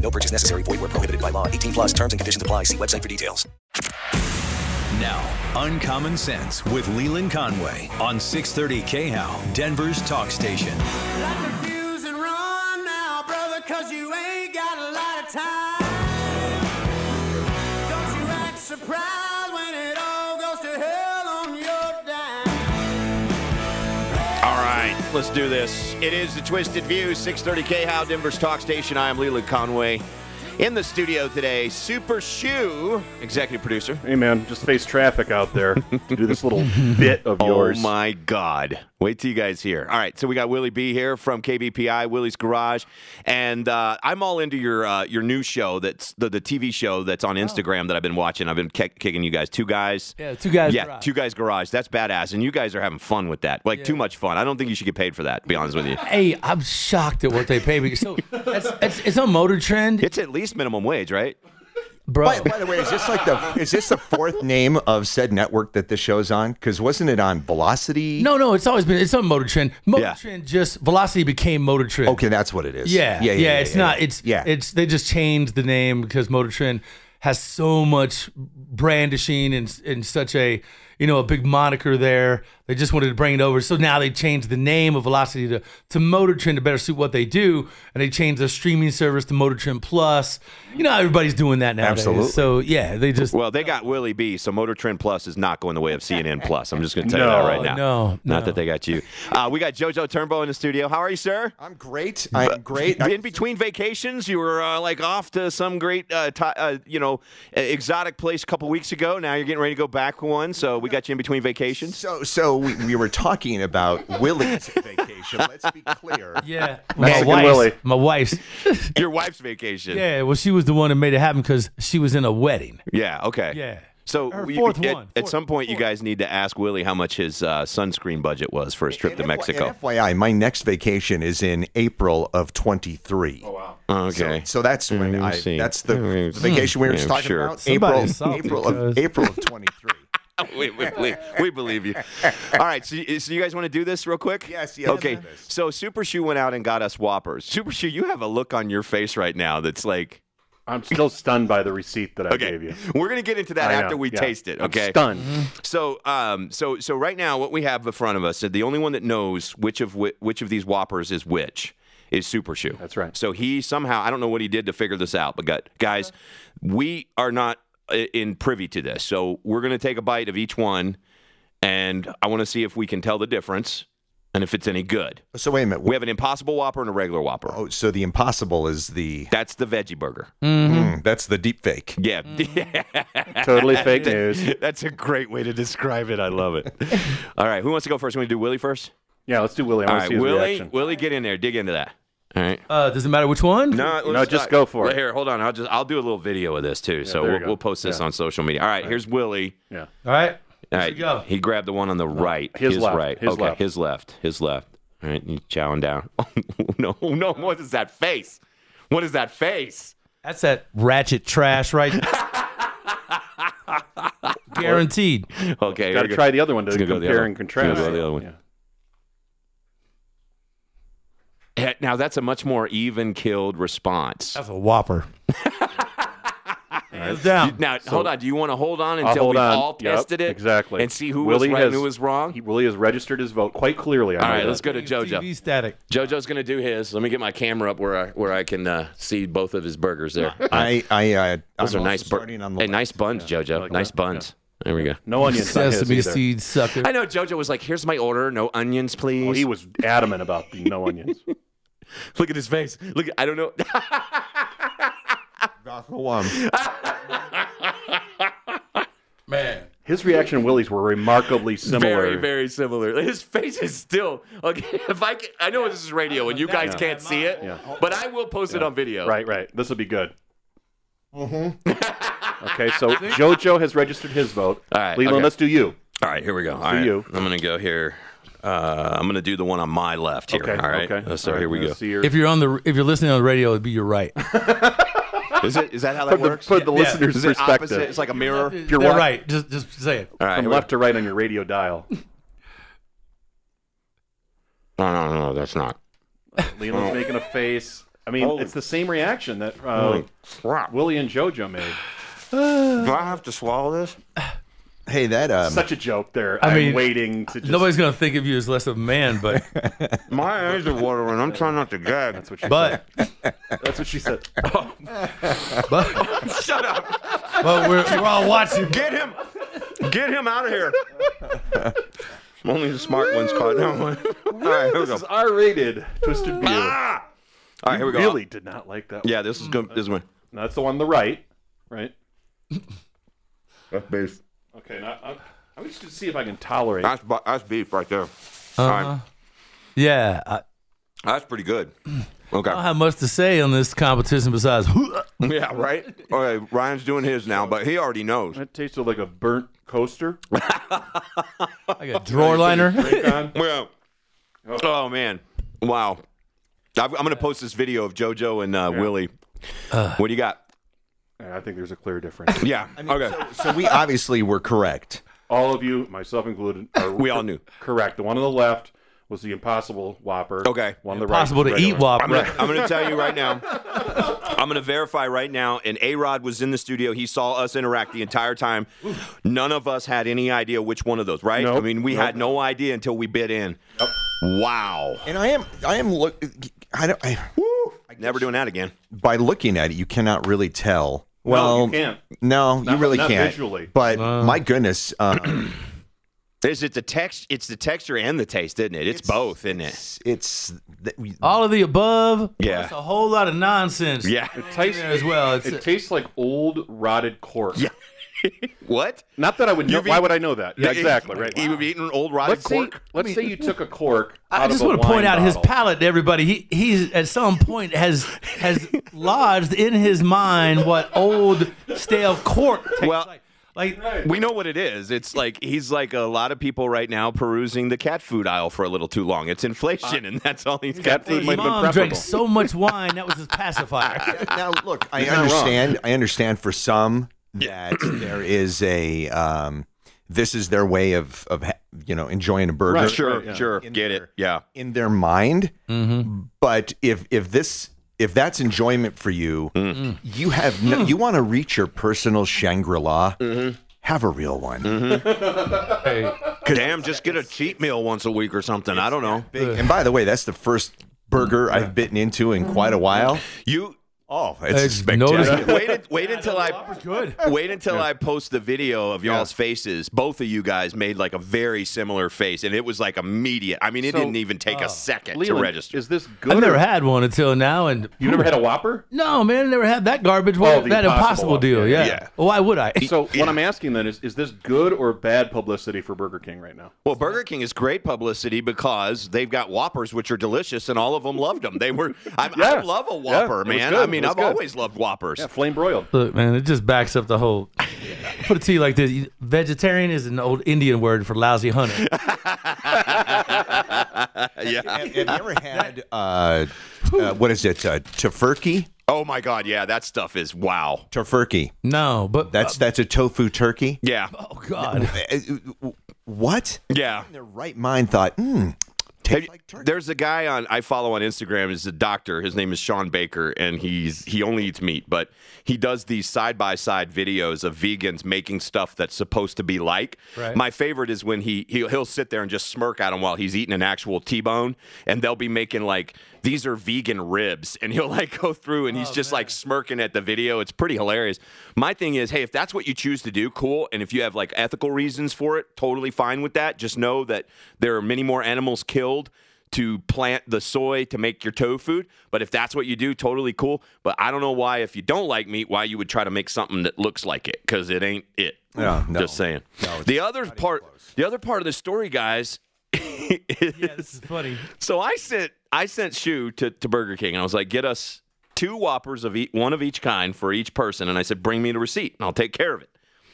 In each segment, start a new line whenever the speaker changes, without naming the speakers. No purchase necessary. Void where prohibited by law. 18 plus terms and conditions apply. See website for details.
Now, Uncommon Sense with Leland Conway on 630 KHOW, Denver's talk station.
Light the fuse and run now, brother, 'cause you ain't got a lot of time. Don't you act surprised when it all goes to hell on your dime.
All right, let's do this. It is the Twisted View, 630K How Denver's Talk Station. I am Leland Conway. In the studio today, Super Shoe, executive producer.
Hey man, just face traffic out there. Do this little bit of yours.
Oh my God. Wait till you guys hear. All right, so we got Willie B here from KBPI, Willie's Garage. And uh, I'm all into your uh, your new show that's the, the TV show that's on Instagram that I've been watching. I've been kick kicking you guys. Two guys.
Oh. Yeah, two guys.
yeah,
rock.
two guys garage. That's badass, and you guys are having fun with that. Like too much fun. I don't think you should get paid for that. To be honest with you,
Hey, I'm shocked at what they pay. Because, so that's, it's, it's a motor trend,
it's at least minimum wage, right?
bro.
By, by the way, is this like the is this the fourth name of said network that this show's on? Because wasn't it on Velocity?
no, no, it's always been it's on motor trend. Motor
Yeah.
trend just velocity became motor trend.
Okay, that's what it is.
Yeah, yeah, it's not. It's
yeah.
It's they just changed the name because Motor Trend has so much brandishing and and such a you know a big moniker there. They just wanted to bring it over, so now they changed the name of Velocity to to Motor Trend to better suit what they do, and they changed their streaming service to Motor Trend Plus. You know everybody's doing that now.
Absolutely.
So yeah, they just
Well, they got Willie B, so Motor Trend Plus is not going the way of CNN Plus. I'm just going to tell you
No,
that right now.
no,
not
no.
that they got you. Uh, we got JoJo Turnbo in the studio. How are you, sir?
I'm great. I'm great. I-
In between vacations, you were uh, like off to some great, uh, ti uh, you know, uh, exotic place a couple weeks ago. Now you're getting ready to go back for one. So we got you in between vacations.
so so we, we were talking about Willie's vacation. Let's be clear.
yeah.
Mexican
my
Willy.
wife's my wife's
Your wife's vacation.
yeah. Well, she was the one that made it happen because she was in a wedding.
Yeah, Okay.
Yeah.
So
Her
we-
fourth
at,
one,
at
fourth,
some point, you
fourth.
guys need to ask Willie how much his uh, sunscreen budget was for his trip to
And
Mexico.
FY- and FYI, my next vacation is in April of 23. Oh, wow.
Okay.
So that's when
Yeah, we'll
I,
see.
that's the,
Yeah, we'll
the vacation we were
see. Yeah,
just talking
sure.
about.
Somebody
April,
solve it,
April of
because-
April of 23.
we, we, we, we believe you. All right, so, you- so you guys want to do this real quick?
Yes, yes,
Okay,
let's do this.
so Super Shoe went out and got us Whoppers. Super Shoe, you have a look on your face right now that's like,
I'm still stunned by the receipt that I
okay,
gave you.
we're gonna get into that
I
after
know,
we
yeah.
taste it.
I'm
Okay,
stunned.
so um, so so right now, what we have in front of us, the only one that knows which of whi- which of these Whoppers is which. Is Super Shoe.
That's right.
So he somehow, I don't know what he did to figure this out, but gu- guys, we are not uh, in privy to this. So we're going to take a bite of each one and I want to see if we can tell the difference and if it's any good.
So wait a minute.
We have an Impossible Whopper and a regular Whopper.
Oh, so the impossible is the
That's the veggie burger. Mm-hmm.
Mm, that's the deep fake.
Yeah.
Mm. Totally fake news.
That's a great way to describe it. I love it. All right, who wants to go first? Want to do Willie first?
Yeah, let's do Willie. Oh, I
All right,
want to see his
Willie,
reaction.
Willie, get in there. Dig into that. All right.
Uh, does it matter which one?
No,
No,
let's
just
not-
go for it.
Here, hold on. I'll just I'll do a little video of this too. so
there you
we'll,
go.
we'll post this
Yeah.
on social media. All right, here's Willie.
Yeah.
All right.
All
Here
right,
we go.
he grabbed the one on the right.
his left,
right.
his
okay,
left.
his left. His left. All right, you chowing down. Oh no, oh, no! What is that face? What is that face?
That's that ratchet trash, right? Guaranteed.
Okay,
Got to
here we go.
try the other one to
Let's go to the other
compare
one.
and contrast.
Let's go to the other one.
Yeah.
Eh, Now that's a much more even killed response.
That's a whopper. Hands down.
Now hold on. Do you want to hold on
I'll
until
hold
we've
on.
all
Yep,
tested it
exactly
and see who
Willie
was right and
has-
who was wrong?
He, Willie has registered his vote quite clearly. I
all
know
right,
that.
let's go to JoJo.
TV static.
JoJo's gonna do his. Let me get my camera up where I where I can uh, see both of his burgers there.
I, I,
Those
uh, I'm
are
also
nice burgers.
starting on the
Hey, nice buns, JoJo.
like
nice
that.
buns. There we go.
No onions. on his
Sesame
either.
seed sucker.
I know JoJo was like, "Here's my order. No onions, please."
Well, he was adamant about the no onions.
Look at his face. Look, at, I don't know.
left. um, One.
Man.
His reaction and Willie's were remarkably similar.
Very, very similar. His face is still okay. If I can, I know this is radio and you guys can't see it,
Yeah.
Oh.
but I will post it on video.
mm-hmm.
Right, right. This will be good. Okay, so JoJo has registered his vote.
All right,
Leland,
okay.
let's do you.
All right, here we go. All right.
you.
I'm going to go here. Uh, I'm going to do the one on my left here.
Okay,
All right.
okay.
So
All right,
here we go.
let's see your-
If you're on the, if you're listening on the radio, it'd be your right.
Is it? Is that how that
From the-
works?
from the listener's
Is it
perspective.
Opposite? It's like a mirror.
You're
what?
right. Just, just say it.
All right.
from
here we-
left to right on your radio dial.
No, no, no, that's not.
Leland's making a face. I mean,
Oh. Holy
it's the same reaction that uh,
crap.
Willie and JoJo made.
Do I have to swallow this?
Hey, that um,
Such a joke there.
I
I am
mean,
waiting to just.
Nobody's gonna think of you as less of a man, but,
My eyes are watering. I'm trying not to gag.
That's what she
but,
said. That's what she said.
but,
Shut up.
but we're, we're all watching.
Get him. Get him out of here. Only the smart ones caught that one. All right, here we
this
go.
is R-rated Twisted Beer.
Ah! All right, here we go.
Really did not like that. One.
Yeah, this is good. This is one.
Now, that's the one on the right, right?
That's beef.
Okay, now I'm, I'm just gonna see if I can tolerate.
That's, bu- that's beef right there. All right.
Yeah, I, I
That's pretty good. Okay.
don't have much to say on this competition besides.
Yeah, right? Okay, Ryan's doing his now, but he already knows.
That tasted like a burnt coaster.
I got drawer liner.
Con.
Well, oh, man. Wow. I've, I'm going to post this video of JoJo and uh, Willie. what do you got?
Yeah, I think there's a clear difference.
Yeah. okay.
so we obviously were correct.
All of you, myself included, are
We all knew.
correct. The one on the left was the Impossible Whopper.
Okay.
One on the
Possible
right.
to
was
eat
regular.
whopper.
I'm gonna, I'm gonna tell you right now. I'm gonna verify right now. And A Rod was in the studio. He saw us interact the entire time. None of us had any idea which one of those. Right? I
Nope.
mean, we had no idea until we bid in. Wow.
And I am, I am look, I don't, I,
Never doing that again.
by looking at it, you cannot really tell. Well,
you can't.
No,
Not-
you really
not
can't.
visually.
But my goodness, uh,
Is it the text? It's the texture and the taste, isn't it? It's, both, isn't it?
it's, it's th- we-
All of the above.
Yeah.
It's a whole lot of nonsense.
Yeah.
It tastes
There as well. It's,
It tastes like old rotted cork.
Yeah. What?
Not that I would know.
You've
Why
eat-
would I know that? Yeah, exactly. Right.
You have eaten old rotted
Let's say,
cork.
let's say you took a cork.
I
out
just
of a
want to point
wine
out his
bottle.
palate to everybody. He he's at some point has has lodged in his mind what old stale cork tastes
Well-
like. Like
We know what it is. It's like he's like a lot of people right now perusing the cat food aisle for a little too long. It's inflation, and that's all he's got.
cat
to
food
eat.
might have been
mom drank
preferable.
so much wine that was his pacifier.
Ah.
now look, I
not wrong.
understand. I understand for some that there is a um, this is their way of of ha- you know enjoying a burger
Right.
Sure,
Yeah.
sure, get it. Yeah,
in their mind.
Mm-hmm.
But if if this if that's enjoyment for you,
Mm-hmm.
you have no, you want to reach your personal Shangri La.
Mm-hmm.
Have a real one.
damn, just get a cheat meal once a week or something. I don't know.
Big- and by the way, that's the first burger I've bitten into in quite a while.
Mm-hmm. You
Oh, it's,
It's
spectacular.
noticeable.
wait, wait until I
Good.
wait until I post the video of y'all's faces. Both of you guys made like a very similar face, and it was like immediate. I mean, it
So- uh,
didn't even take a second to
Leland,
register.
Is this good?
I've
or-
never had one until now, and
You never had a Whopper?
no man, I never had that garbage.
Oh, the
that
Impossible
impossible,
one.
deal.
Yeah,
Yeah.
yeah.
Why would I?
So what I'm asking then is, is this good or bad publicity for Burger King right now?
Well, Burger King is great publicity because they've got Whoppers, which are delicious, and all of them loved them. They were. I, I
Yeah.
love a
Yeah, it
Whopper,
was
man.
good.
I
It was
mean, I've
good.
always loved Whoppers.
Yeah, flame broiled.
Look, man, it just backs up the whole. Put it to you like this: you- vegetarian is an old Indian word for lousy hunter.
Yeah.
Have you ever had uh, uh, what is it? Uh, tofurkey?
Oh my God. Yeah, that stuff is wow.
Tofurkey.
No, but
That's
Uh,
that's a tofu turkey.
Yeah.
oh god,
Uh, uh, What?
Yeah.
Their right mind thought, hmm,
Have
tastes
you-
like turkey.
there's a guy on I follow on Instagram. He's a doctor. His name is Sean Baker, and he's he only eats meat, but he does these side by side videos of vegans making stuff that's supposed to be like.
Right.
My favorite is when he he'll, he'll sit there and just smirk at him while he's eating an actual T-bone, and they'll be making like these are vegan ribs, and he'll like go through and he's just like smirking at the video. It's pretty hilarious. My thing is, hey, if that's what you choose to do, cool, and if you have like ethical reasons for it, totally fine with that. Just know that there are many more animals killed to plant the soy to make your tofu. But if that's what you do, totally cool. But I don't know why, if you don't like meat, why you would try to make something that looks like it because it ain't it.
Yeah, no.
Just saying. the other part, the other part of the story, guys. is-
this is funny.
So I sent I sent Shu to, to Burger King and I was like, get us two Whoppers of each, one of each kind for each person, and I said, "Bring me the receipt, and I'll take care of it."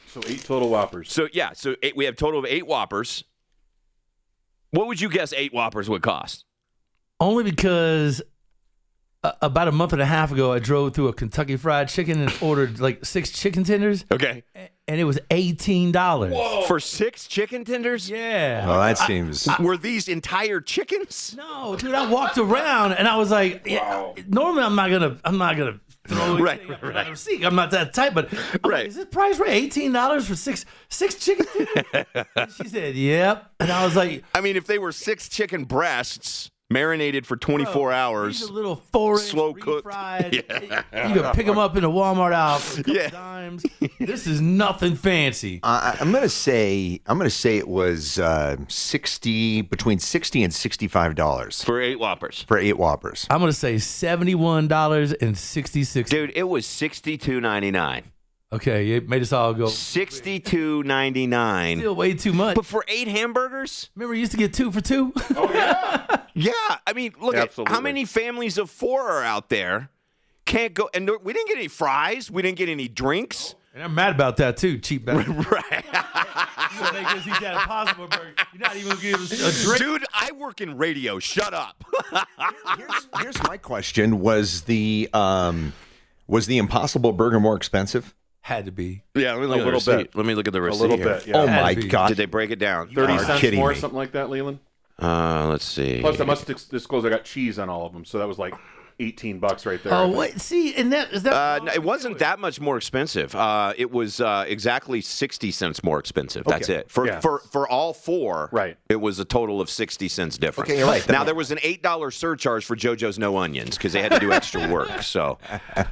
So eight total whoppers.
So yeah, so eight, we have total of eight Whoppers. What would you guess eight Whoppers would cost?
Only because uh, about a month and a half ago, I drove through a Kentucky Fried Chicken and ordered like six chicken tenders,
Okay,
and it was eighteen dollars.
for six chicken tenders.
Yeah.
Well, Oh, that seems.
Were these entire chickens?
No, dude, I walked around and I was like, yeah, normally I'm not gonna, I'm not gonna throw
Right,
anything up
right,
without a receipt. I'm not that type, but I'm like,
Right.
is this price right? Eighteen dollars for six six chicken? And she said, yep, and I was like,
I mean, if they were six chicken breasts marinated for 24 hours,
These are little four
Slow cooked.
refried. You can pick them up in a Walmart aisle for a couple
Yeah.
dimes. This is nothing fancy.
Uh, I, I'm gonna say I'm gonna say it was uh, sixty between sixty and sixty-five dollars
for eight Whoppers.
for eight Whoppers.
I'm gonna say seventy-one dollars and sixty-six.
Dude, it was sixty-two ninety-nine.
Okay, it made us all go.
Sixty-two ninety-nine.
Still way too much.
But for eight hamburgers?
Remember, you used to get two for two.
Oh. Yeah. I mean, look at how
Absolutely.
many families of four are out there. Can't go and we didn't get any fries. We didn't get any drinks.
And I'm mad about that too, cheap bastard.
Right.
You're gonna make us eat that Impossible Burger. You're not even gonna give us a drink.
Dude, I work in radio. Shut up.
Here's, here's my question: Was the um, was the Impossible Burger more expensive?
Had to be.
yeah, let me look
at the receipt.
Let me look at the
a
receipt.
little bit. Yeah.
oh
Had
my
to be.
god!
Did they break it down?
Thirty
are
cents
kidding
more,
me.
something like that, Leland.
Uh, let's see.
Plus, I must dis- disclose I got cheese on all of them, so that was like eighteen bucks right there.
Oh wait, see, and that is that.
Uh, no, it wasn't that much more expensive. Uh, it was uh, exactly sixty cents more expensive. That's
Okay.
it for
Yeah.
for for all four.
Right.
It was a total of sixty cents difference.
Okay, you're right.
Now there was an eight dollar surcharge for JoJo's no onions because they had to do extra work. So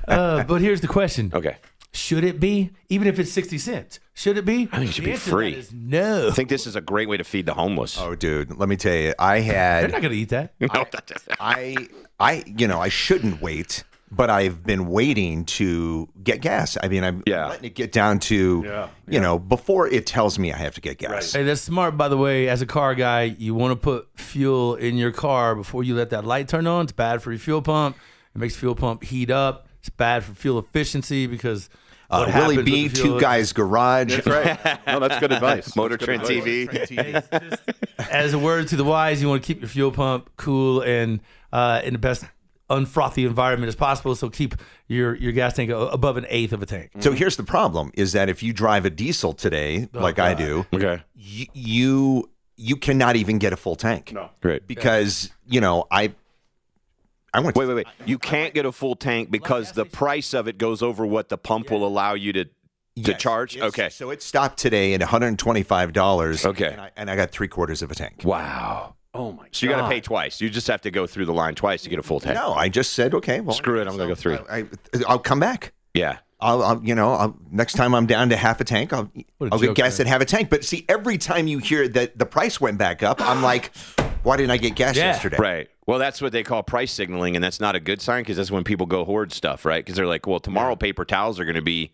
Uh, but here's the question:
okay,
Should it be, even if it's sixty cents? Should it be? I
think it should be free.
no,
I think this is a great way to feed the homeless.
Oh, dude, let me tell you, I
they're not
had
gonna eat that.
No, that- that-
I I you know I shouldn't wait, but I've been waiting to get gas. I mean, I'm
Yeah.
letting it get down to
Yeah,
you know before it tells me I have to get gas.
Hey, that's smart, by the way. As a car guy, you want to put fuel in your car before you let that light turn on. It's bad for your fuel pump. It makes fuel pump heat up. It's bad for fuel efficiency because
Uh,
what happens
Willie
with
B,
the fuel-
Two Guys Garage.
That's right. No, that's good advice.
Motor
That's good
Trend
advice.
TV.
It's just- as a word to the wise, you want to keep your fuel pump cool and uh, in the best unfrothy environment as possible. So keep your, your gas tank a- above an eighth of a tank.
Mm-hmm.
So here's the problem: is that if you drive a diesel today,
Oh,
like I do,
Okay,
y- you you cannot even get a full tank.
No.
great.
because you know I I went.
Wait, wait, wait! You can't get a full tank because the price of it goes over what the pump will allow you to to
Yes,
charge.
it's-
Okay,
so it stopped today at 125 dollars.
Okay.
and I, and I got three quarters of a tank.
Wow.
Oh my.
So you got to pay twice. You just have to go through the line twice to get a full tank.
No, I just said okay. Well,
Screw it, I'm gonna go three.
I, I, will come back.
Yeah.
I'll, I'll you know, I'll, next time I'm down to half a tank, I'll
What a
I'll get
joke,
gas
man.
and have a tank. But see, every time you hear that the price went back up, I'm like, why didn't I get gas
Yeah.
yesterday?
Right. Well, that's what they call price signaling, and that's not a good sign because that's when people go hoard stuff, right? Because they're like, well, tomorrow paper towels are going to be,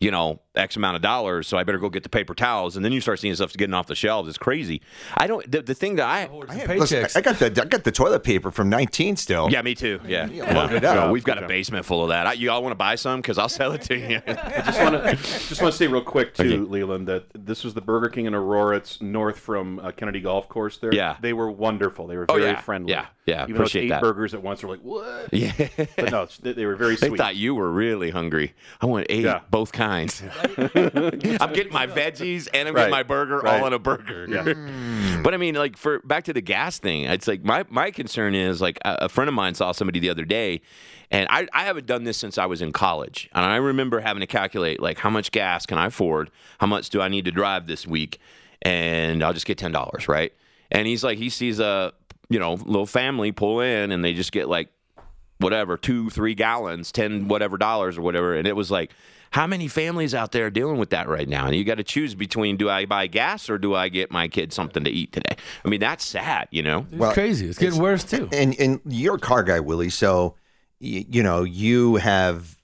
you know, X amount of dollars, so I better go get the paper towels. And then you start seeing stuff getting off the shelves. It's crazy. I don't, the, the thing that I,
I, had- listen, I got the I got the toilet paper from 19 still.
yeah, me too. Yeah.
load it
No,
up.
no, we've got a basement full of that. I, you all want to buy some? Because I'll sell it to you.
just want to just want to say real quick too, Leland, that this was the Burger King in Aurora. It's north from uh, Kennedy Golf Course. There,
Yeah.
they were wonderful. They were
Oh,
very
yeah.
friendly.
Yeah. Yeah.
Even though it's
Appreciate
eight
that.
burgers at once, we're like, what?
yeah.
But no, it's- they, they were very
They
sweet.
thought you were really hungry. I want eight,
Yeah.
both kinds. I'm getting my veggies and I'm
Right.
getting my burger all
Right.
in a burger.
Yeah.
But I mean, like for back to the gas thing, it's like my my concern is like a, a friend of mine saw somebody the other day, and I I haven't done this since I was in college, and I remember having to calculate like how much gas can I afford, how much do I need to drive this week, and I'll just get ten dollars, right? And he's like, he sees a you know little family pull in, and they just get like whatever, two, three gallons, ten whatever dollars or whatever. And it was like, how many families out there are dealing with that right now? And you got to choose between do I buy gas or do I get my kid something to eat today? I mean, that's sad, you know?
It's crazy. It's getting worse too.
And and you're a car guy, Willie. So y- you know you have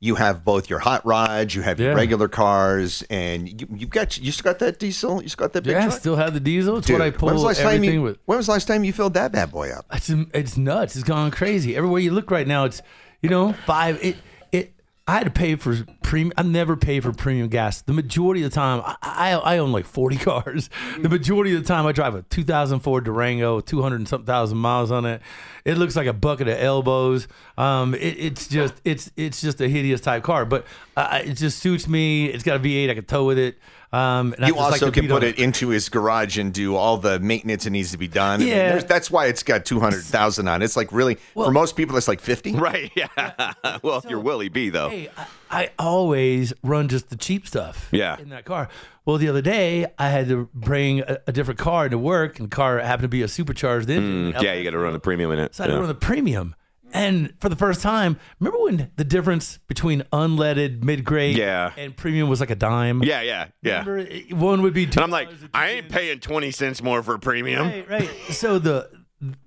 you have both your hot rods, you have your
Yeah.
regular cars, and you, you've got you still got that diesel, you still got that big
Yeah, I
truck.
still have the diesel. It's
Dude,
what I
when was
pull
the last time
everything
you,
with.
When was the last time you filled that bad boy up?
It's, it's nuts. It's gone crazy. Everywhere you look right now, it's You know, five. It, it. I had to pay for premium. I never pay for premium gas. The majority of the time, I, I, I own like forty cars.
Mm.
The majority of the time, I drive a 2004 Durango, 200 and something thousand miles on it. It looks like a bucket of elbows. Um, it, it's just it's it's just a hideous type car, but uh, it just suits me. It's got a V8. I can tow with it. Um, and I
You
just like
also
to
can
beat on
put it into his garage and do all the maintenance that needs to be done. I mean,
Yeah.
there's- that's why it's got two hundred thousand on. it. It's like really for most people, it's like fifty.
Right. Yeah. well, you're Willie B though.
Hey, I, I always run just the cheap stuff.
Yeah.
In that car. Well, the other day I had to bring a, a different car into work, and the car happened to be a supercharged engine.
yeah, you got to run the premium in it.
So I had
Mm, Yeah.
to run the premium. And for the first time, remember when the difference between unleaded mid grade
Yeah.
and premium was like a dime?
yeah, yeah, yeah.
Remember, it- one would be two
And I'm like, I ain't paying 20 cents more for premium.
Right, right. So the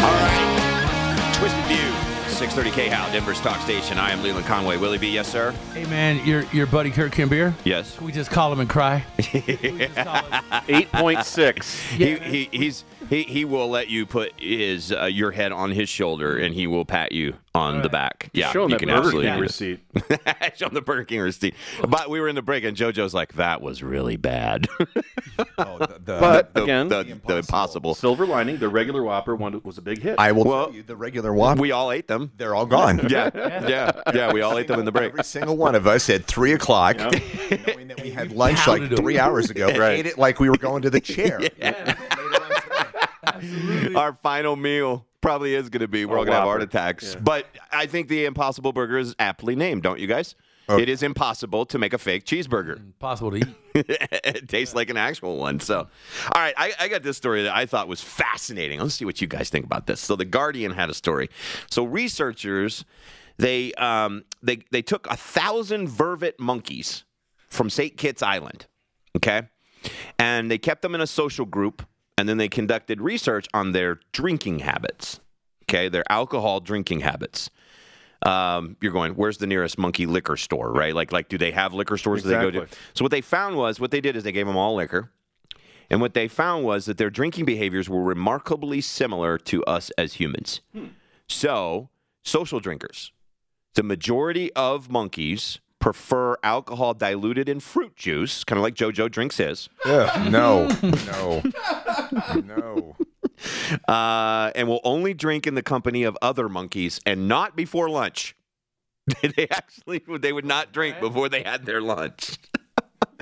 All right, Twisted View, 630K How Denver's Talk Station. I am Leland Conway. Willie B, yes, sir?
hey, man, your your buddy Kirk Kimbier.
Yes.
Can we just call him and cry?
Eight point six.
he, he he's he, he will let you put his uh, your head on his shoulder and he will pat you on the back. Yeah,
Show him
you
that Burger King
do that.
receipt.
Show him the Burger King receipt. But we were in the break, and JoJo's like, "That was really bad."
Oh, the- the-
But
the,
Uh, again,
the, the impossible.
silver lining. The regular Whopper one was a big hit.
I will
Well,
tell you the regular whopper.
We all ate them.
they're all gone.
Yeah, yeah, yeah. We all ate them in the break.
Every single one of us at three o'clock, knowing that we had lunch like
pounded 'em.
three hours ago, ate it like we were going to the chair.
Our final meal probably
Oh,
is going to be we're all going to have heart attacks. But I think the Impossible Burger is aptly named, don't you guys? It is impossible to make a fake cheeseburger.
Possible to eat.
it tastes like an actual one. So, all right, I, I got this story that I thought was fascinating. Let's see what you guys think about this. So, the Guardian had a story. So, researchers they um, they they took a thousand vervet monkeys from St. Kitts Island, okay, and they kept them in a social group, and then they conducted research on their drinking habits, okay, their alcohol drinking habits. Um, you're going, where's the nearest monkey liquor store, right? Like, like, do they have liquor stores that they go to?
Exactly.
So what they found was, what they did is they gave them all liquor, and what they found was that their drinking behaviors were remarkably similar to us as humans. So, social drinkers, the majority of monkeys prefer alcohol diluted in fruit juice, kind of like JoJo drinks his,
Ugh, no, no, no.
uh, and will only drink in the company of other monkeys and not before lunch. they actually they would not drink before they had their lunch.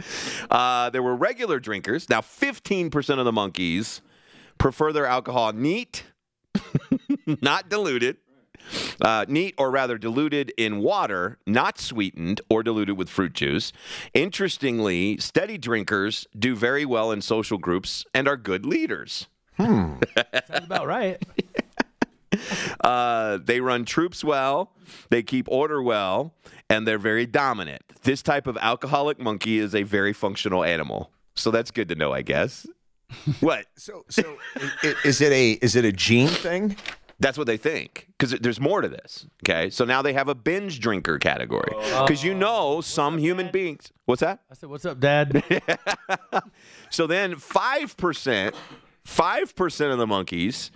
uh, there were regular drinkers. Now, 15% of the monkeys prefer their alcohol neat, not diluted. Uh, neat or rather diluted in water, not sweetened or diluted with fruit juice. Interestingly, steady drinkers do very well in social groups and are good leaders.
That's about right.
Uh, they run troops well, they keep order well, and they're very dominant. This type of alcoholic monkey is a very functional animal. So that's good to know, I guess. what?
So, so i- i- is it a is it a gene thing?
That's what they think because there's more to this. Okay. So now they have a binge drinker category because you know some human beings. What's that?
I said, "What's up, Dad?"
So then 5%, 5% of the monkeys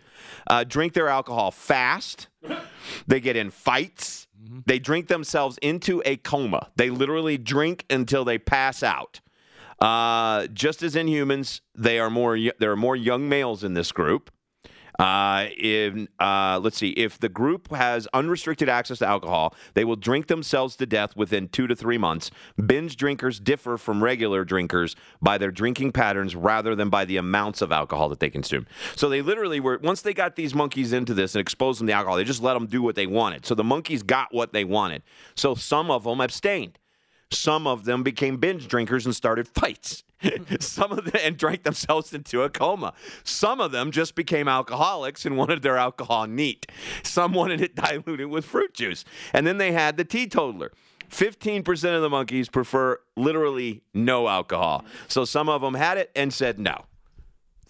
uh, drink their alcohol fast. They get in fights. They drink themselves into a coma. They literally drink until they pass out. Uh, just as in humans, they are more, there are more young males in this group. Uh, in, uh, let's see, if the group has unrestricted access to alcohol, they will drink themselves to death within two to three months. Binge drinkers differ from regular drinkers by their drinking patterns rather than by the amounts of alcohol that they consume. So they literally were, once they got these monkeys into this and exposed them to alcohol, they just let them do what they wanted. So the monkeys got what they wanted. So some of them abstained. Some of them became binge drinkers and started fights. Some of them and drank themselves into a coma. Some of them just became alcoholics and wanted their alcohol neat. Some wanted it diluted with fruit juice. And then they had the teetotaler. 15% of the monkeys prefer literally no alcohol. So some of them had it and said no.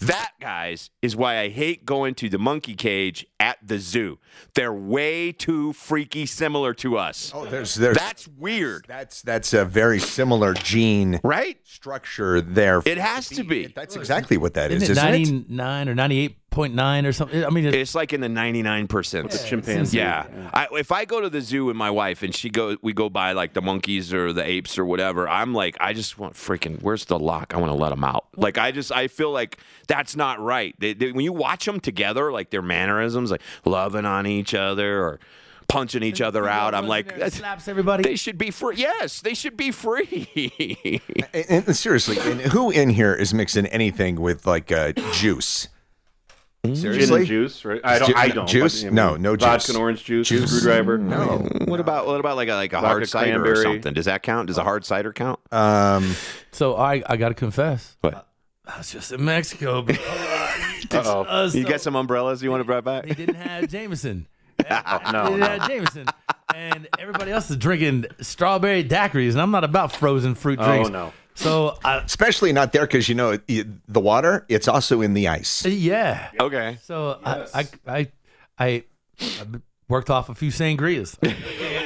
That, guys, is why I hate going to the monkey cage at the zoo. They're way too freaky similar to us.
Oh, there's there's
That's weird,
that's that's a very similar gene
right?
structure there.
It has to be.
That's exactly what that
Isn't it
is, isn't it?
ninety-nine or ninety-eight point nine or something? I mean, it's,
It's like in the 99%. Yeah.
Chimpanzee.
I, if I go to the zoo with my wife and she go, we go by like the monkeys or the apes or whatever. I'm like, I just want freaking. Where's the lock? I want to let them out. Like I just, I feel like that's not right. They, they, when you watch them together, like their mannerisms, like loving on each other or punching each other out. I'm like,
There and slaps everybody.
they should be free. Yes, they should be free.
And, and seriously, and who in here is mixing anything with like uh, juice?
Gin and
Seriously,
juice, right? I don't.
Ju-
I
no,
don't.
juice?
but, I
No, no
vodka
juice.
and orange juice.
Juice.
Screwdriver.
no.
what about what about like a, like a Uh,
Vodka
hard cider or
cranberry.
something? Does that count? Does a hard cider count?
Um,
so I, I gotta confess,
What?
I was just in Mexico. But,
Uh-oh.
Uh,
You
so-
got
um,
some umbrellas you want to bring back?
They didn't have Jameson.
no,
they didn't
no.
have Jameson. And everybody else is drinking strawberry daiquiris, and I'm not about frozen fruit
Oh,
drinks.
no.
So I,
especially not there because you know it, it- the water. It's also in the ice.
yeah.
Okay.
So I, I, I, I, I worked off a few sangrias.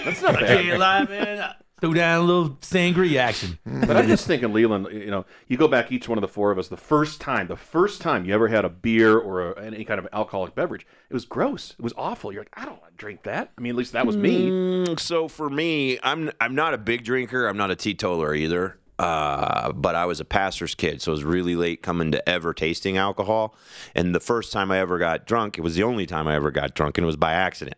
That's not bad. I can't lie, man. I threw down a little sangria action.
But I'm just thinking, Leland. You know, you go back each one of the four of us. The first time, the first time you ever had a beer or a, any kind of alcoholic beverage, it was gross. It was awful. You're like, I don't want to drink that. I mean, at least that was me.
Mm, So for me, I'm I'm not a big drinker. I'm not a teetotaler either. Uh, but I was a pastor's kid, so it was really late coming to ever tasting alcohol. And the first time I ever got drunk, it was the only time I ever got drunk, and it was by accident.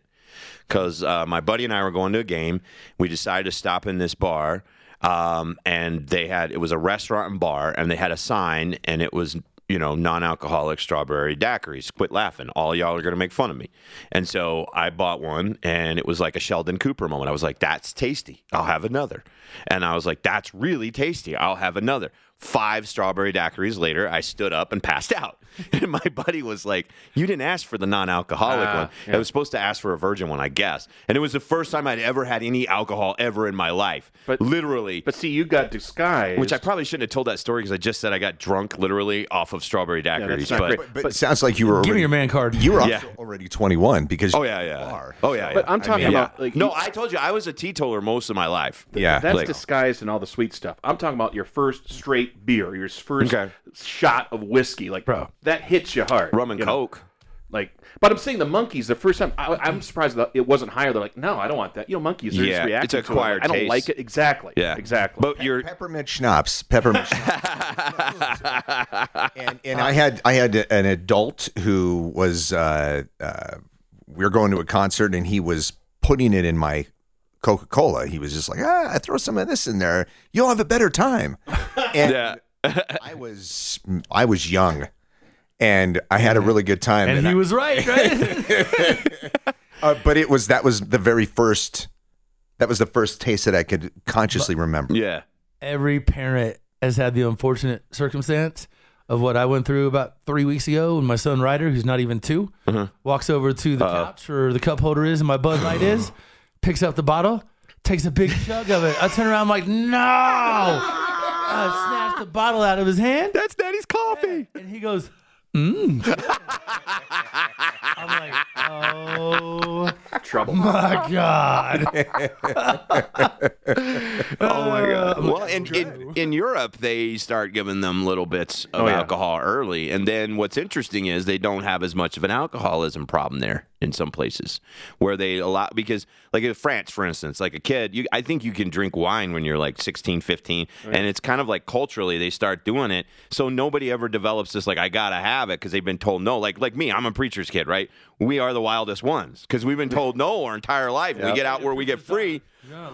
Because uh, my buddy and I were going to a game, we decided to stop in this bar, um, and they had it was a restaurant and bar, and they had a sign, and it was you know, non-alcoholic strawberry daiquiris. Quit laughing. All y'all are going to make fun of me. And so I bought one and it was like a Sheldon Cooper moment. I was like, that's tasty. I'll have another. And I was like, that's really tasty. I'll have another. Five strawberry daiquiris later, I stood up and passed out. And my buddy was like, you didn't ask for the non-alcoholic
Ah,
one.
yeah.
I was supposed to ask for a virgin one, I guess. And it was the first time I'd ever had any alcohol ever in my life.
But-
literally
But see, you got disguised.
which I probably shouldn't have told that story because I just said I got drunk literally off of strawberry daiquiris.
that's not
but
great.
But, it sounds like you were.
Give me
already-
your man card.
You were also
Yeah.
already 21 because
oh yeah, yeah,
Bar.
oh yeah. yeah.
But I'm talking
yeah.
about like
no,
you-
I told you I was a teetotaler most of my life.
Yeah.
That's
like-
disguised in all the sweet stuff. I'm talking about your first straight beer, your first
Okay.
shot of whiskey, like
Bro.
that hits you hard.
Rum and
you know?
Coke.
like. But I'm saying the monkeys. The first time, I, I'm surprised that it wasn't higher. They're like, no, I don't want that. You know, monkeys. They're
Yeah,
just
it's
reacting to it.
acquired
I don't
taste.
like it. Exactly.
Yeah,
Exactly.
But you're
peppermint schnapps, peppermint. schnapps. and and I had I had an adult who was uh, uh, we were going to a concert and he was putting it in my Coca Cola. He was just like, ah, throw some of this in there, you'll have a better time. And
yeah.
I was I was young, and I had a really good time.
and
and
he
I-
was right, right?
uh, but it was that was the very first. That was the first taste that I could consciously remember.
Yeah.
Every parent has had the unfortunate circumstance of what I went through about three weeks ago when my son Ryder, who's not even 2 walks over to the couch where the cup holder is and my Bud Light is, picks up the bottle, takes a big chug of it. I turn around, I'm like, no! I snatch the bottle out of his hand.
That's daddy's coffee.
And he goes, "Mm." mmm. I'm like, oh
trouble.
my God.
Oh my god. Well, in, in in Europe they start giving them little bits of
yeah.
alcohol early, and then what's interesting is they don't have as much of an alcoholism problem there in some places where they allow because like in France for instance, like a kid, you I think you can drink wine when you're like 16, 15, and it's kind of like culturally they start doing it, so nobody ever develops this like I got to have it cuz they've been told no. Like like me, I'm a preacher's kid, right? We are the wildest ones cuz we've been told no our entire life. We get out where we get free,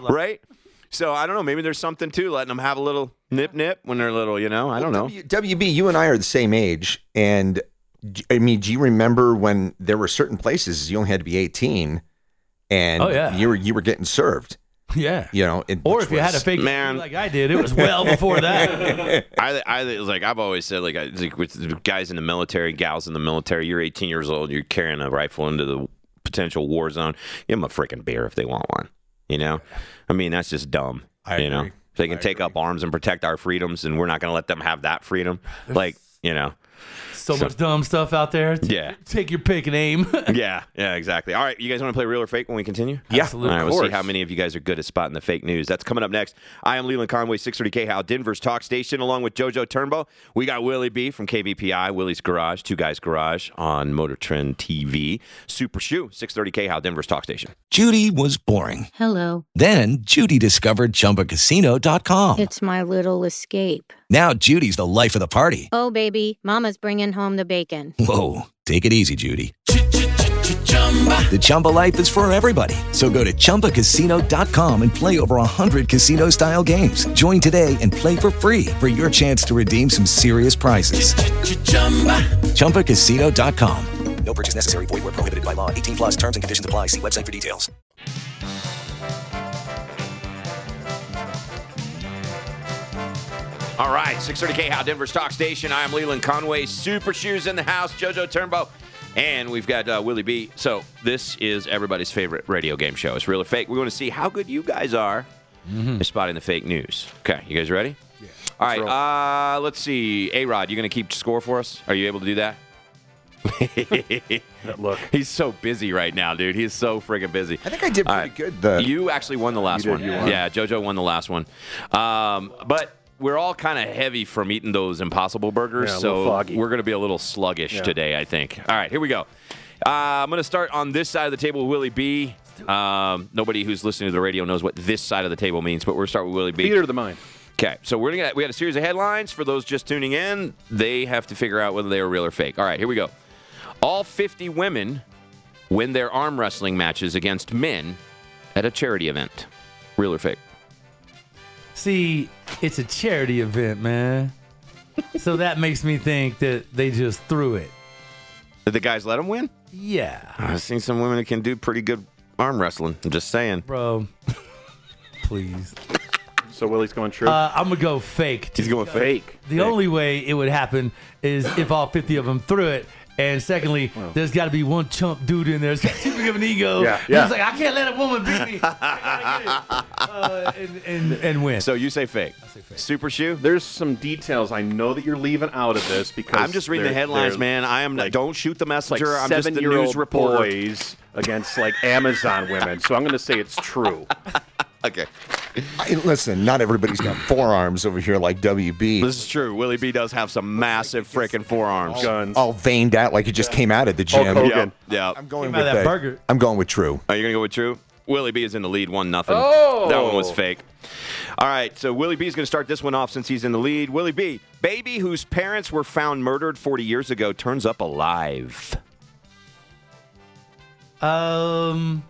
right? So I don't know. Maybe there's something too, letting them have a little nip nip when they're little. You know, I don't know.
W- WB, you and I are the same age, and d- I mean, do you remember when there were certain places you only had to be eighteen, and
Oh, yeah.
you were you were getting served,
Yeah.
you know? It,
Or
which
if you had a
was-
fake man
Man.
like I did, it was well before that.
I, I like I've always said like, I, like with the guys in the military, gals in the military. You're 18 years old. You're carrying a rifle into the potential war zone. Give them a freaking beer if they want one. You know, I mean that's just dumb.
I
you know,
agree.
they can take up arms and protect our freedoms, and we're not going to let them have that freedom. Like you know,
so much dumb stuff out there. T-
Yeah.
Take your pick and aim.
yeah, yeah, exactly. All right, you guys want to play real or fake when we continue?
Yeah. Absolutely.
All right,
Of
we'll see
course.
how many of you guys are good at spotting the fake news. That's coming up next. I am Leland Conway, 630K How, Denver's Talk Station, along with JoJo Turnbow. We got Willie B from KBPI, Willie's Garage, Two Guys Garage on Motor Trend TV, Super Shoe, 630K How, Denver's Talk Station.
Judy was boring.
Hello.
Then Judy discovered ChumbaCasino.com.
It's my little escape.
now Judy's the life of the party.
Oh, baby. Mama's bringing home the bacon.
Whoa, take it easy, Judy. The Chumba life is for everybody. So go to ChumbaCasino.com and play over 100 casino style games. Join today and play for free for your chance to redeem some serious prizes. ChumbaCasino.com. No purchase necessary. Void where prohibited by law. 18 plus terms and conditions apply. See website for details.
All right, 630K How Denver's Talk Station. I am Leland Conway. Super Shoes in the house. JoJo Turnbow. And we've got uh, Willie B. So this is everybody's favorite radio game show. It's real or fake. We want to see how good you guys are at spotting the fake news. Okay, you guys ready? Yeah. All right. Uh, let's see. A Rod, you going to keep score for us? Are you able to do that?
look.
He's so busy right now, dude. He's so friggin' busy.
I think I did pretty
All right.
good. The
You actually won the last one. Yeah, JoJo won the last one. Um, but we're all kind of heavy from eating those Impossible Burgers,
Yeah, a little
so
foggy.
we're going to be a little sluggish today, I think. All right, here we go. Uh, I'm going to start on this side of the table with Willie B. Um, nobody who's listening to the radio knows what this side of the table means, but we're going to start with Willie B.
theater of the mind.
Okay, so we're gonna we got a series of headlines for those just tuning in. They have to figure out whether they are real or fake. All right, here we go. All 50 women win their arm wrestling matches against men at a charity event. Real or fake?
See, it's a charity event, man. so that makes me think that they just threw it.
Did the guys let him win?
Yeah,
I've seen some women that can do pretty good arm wrestling. I'm just saying.
bro. Please.
So Willie's going true.
Uh, I'm gonna go fake.
He's going fake.
The only way it would happen is if all 50 of them threw it. And secondly, there's got to be one chump dude in there. It's got too big of an ego.
Yeah, yeah.
He's like, I can't let a woman beat me. I gotta get it. Uh, and, and, and win.
So you say fake. Super shoe?
There's some details I know that you're leaving out of this because
I'm just reading the
they're-
headlines,
they're
man. I am don't shoot the
Like
messenger. I'm just the
seven-year-old
news reporter.
boys against like Amazon women. So I'm going to say it's true.
Okay.
I, listen, not everybody's got forearms over here like WB.
This is true. Willie B does have some massive freaking forearms.
Guns.
All veined out like it just came out of the gym.
Hogan.
Yeah. Yeah.
I'm going
Came out
with
of that
the-
burger.
I'm going with True.
Are you going to go with true? Willie B is in the lead, one nothing.
Oh!
That one was fake. All right, so Willie B is going to start this one off since he's in the lead. Willie B, baby whose parents were found murdered 40 years ago, turns up alive.
Um,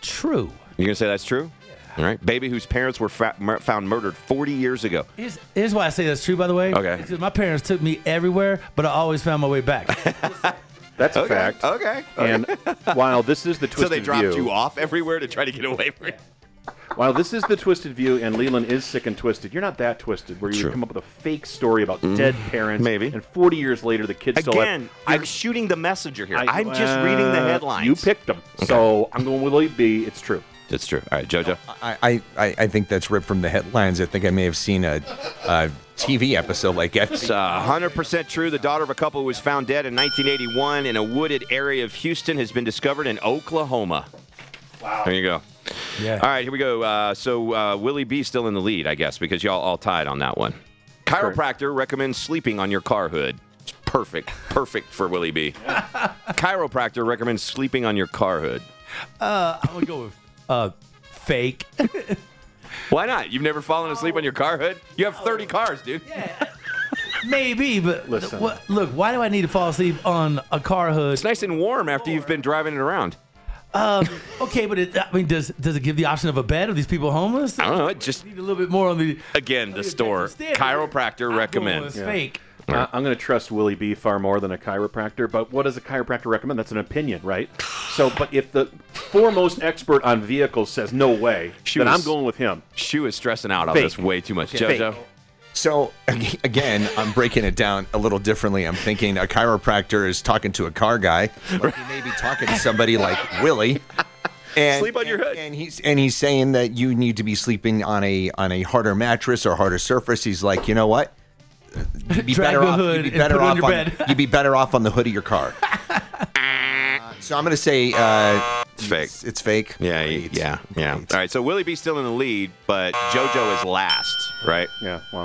true.
You're going to say that's true? All right. Baby whose parents were fa- mur- found murdered 40 years ago.
Here's, here's why I say that's true, by the way.
Okay.
Because my parents took me everywhere, but I always found my way back.
That's a fact.
Okay.
And while this is the
so
twisted
they dropped
view,
you off everywhere to try to get away from you.
while this is the twisted view, and Leland is sick and twisted, you're not that twisted. Where you would come up with a fake story about dead parents,
Mm-hmm. maybe.
and 40 years later the kid's still alive.
Again, I'm shooting the messenger here.
I-
I'm just reading the
uh,
headlines.
You picked them, so I'm going with Willie B. It's true.
That's true. All right, JoJo.
I, I, I I think that's ripped from the headlines. I think I may have seen a, a TV episode like that.
It's uh, 100% true. The daughter of a couple who was found dead in 1981 in a wooded area of Houston has been discovered in Oklahoma. Wow. There you go.
yeah.
All right, here we go. Uh, so uh, Willie B still in the lead, I guess, because y'all all tied on that one. Chiropractor recommends sleeping on your car hood. It's perfect, perfect for Willie B. Chiropractor recommends sleeping on your car hood.
I'm going to go with uh, fake.
Why not? You've never fallen asleep on your car hood? You have 30 cars, dude.
Maybe, but
Listen.
wha- look, why do I need to fall asleep on a car hood?
It's nice and warm after you've been driving it around.
Okay, but it, I mean, does does it give the option of a bed? Are these people homeless?
I don't know. It just
need a little bit more on the
again the store
Understand.
chiropractor recommends.
It's fake.
I- Uh, I'm going to trust Willie B. far more than a chiropractor. But what does a chiropractor recommend? That's an opinion, right? So, but if the foremost expert on vehicles says no way,
She
then
was-
I'm going with him.
Shu is stressing out on
Fake.
this way too much.
Fake.
JoJo,
So ag- again, I'm breaking it down a little differently. I'm thinking a chiropractor is talking to a car guy, but he may be talking to somebody like Willie. And,
Sleep on your
and-
hood.
and he's and he's saying that you need to be sleeping on a on a harder mattress or harder surface. He's like, you know what? You'd be
Drag
better
the
off.
hood
You'd be
and
better
put it
off
on your bed.
you'd be better off on the hood of your car. Uh, so I'm gonna say uh,
it's fake.
it's, it's fake.
Yeah,
Great.
yeah, yeah.
Great.
All right, so Willie B still in the lead, but JoJo is last, right?
Yeah. Well,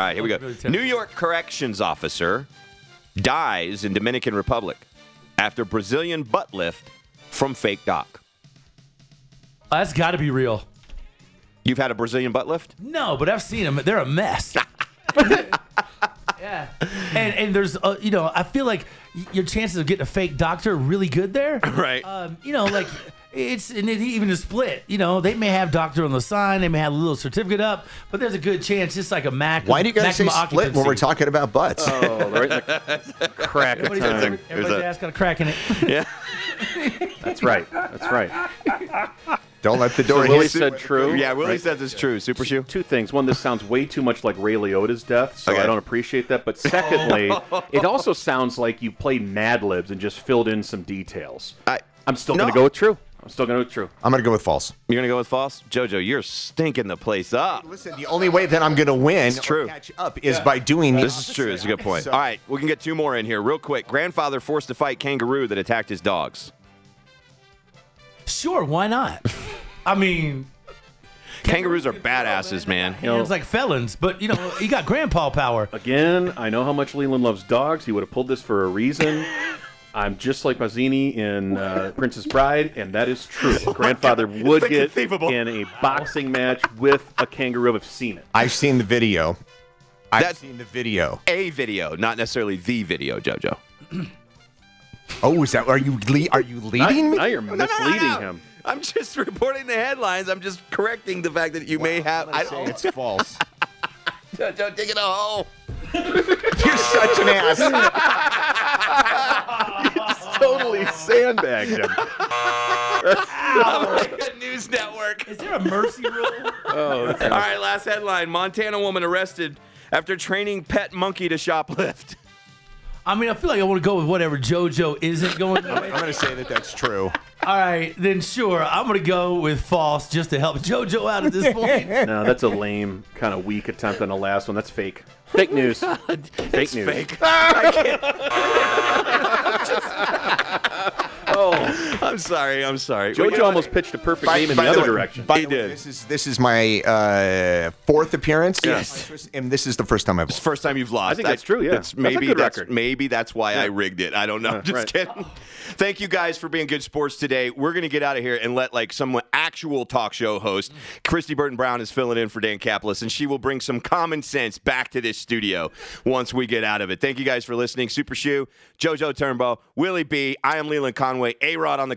All right, here we
Really
go.
terrible.
New York corrections officer dies in Dominican Republic after Brazilian butt lift from fake doc.
Oh, that's got to be real.
You've had a Brazilian butt lift?
No, but I've seen them. They're a mess. yeah, and and there's uh, you know I feel like y- your chances of getting a fake doctor are really good there.
Right.
Um, you know, like it's and it, even a split. You know, they may have doctor on the sign. They may have a little certificate up, but there's a good chance it's like a max.
Why do you guys say
maximum
split when we're
occupancy.
talking about butts?
oh, right. in the crack of
Everybody's,
time.
There's a-
everybody's ass got a crack in it.
That's right. That's right.
Don't let the door
Willie
hit.
said true.
Yeah, Willie says it's true. Super shoe.
two things. One, this sounds way too much like Ray Liotta's death, so
Okay.
I don't appreciate that. But secondly, it also sounds like you played Mad Libs and just filled in some details.
I-
am still
No.
going to go with true. I'm still going to go with true.
I'm gonna go with false.
You're gonna go with false? JoJo, you're stinking the place up.
Listen, the only way that I'm going to win
It's true.
or catch up is by doing
This is true. This is a good point.
So-
All right, we can get two more in here real quick. Grandfather forced to fight kangaroo that attacked his dogs.
Sure, why not? I mean,
Kangaroos are badasses, man.
know-
it's like felons, but you know, you got grandpa power.
Again, I know how much Leland loves dogs. He would have pulled this for a reason. I'm just like Mazzini in uh, Princess Bride, and that is true. Grandfather would
Oh It's
get
inconceivable.
in a boxing match with a kangaroo. I've seen it.
I've seen the video. I've
That's-
seen the video.
A video, not necessarily the video, JoJo.
Oh, is that? Are you le- are you
Now,
leading me?
now you're misleading him.
I'm just reporting the headlines. I'm just correcting the fact that you may have. I
Say it's false.
JoJo, dig it a hole.
You're such an ass.
totally sandbagged him.
American News Network.
Is there a mercy rule?
Oh, that's
All right, last headline Montana woman arrested after training pet monkey to shoplift.
I mean, I feel like I want to go with whatever JoJo isn't going with.
I'm going to say that that's true.
All right, then sure, I'm going to go with false just to help JoJo out at this point.
No, that's a lame, kind of weak attempt on the last one. That's fake. Fake news. fake news.
fake.
Oh,
I'm sorry. I'm sorry.
Jojo almost pitched a perfect game in the other
way-
direction.
By
He
the way,
did.
this is this is my uh, fourth appearance.
Yes.
and this is the first time I've.
It's the first time you've lost.
I think that's true, yeah.
That's
That's a
maybe
good
that's,
record.
maybe that's why I rigged it. I don't know. Just
right.
kidding. Thank you guys for being good sports today. We're gonna get out of here and let like some actual talk show host, Christy Burton Brown, is filling in for Dan Kaplis, and she will bring some common sense back to this studio once we get out of it. Thank you guys for listening. Super Shoe, JoJo Turnbow, Willie B. I am Leland Conway. A Rod on the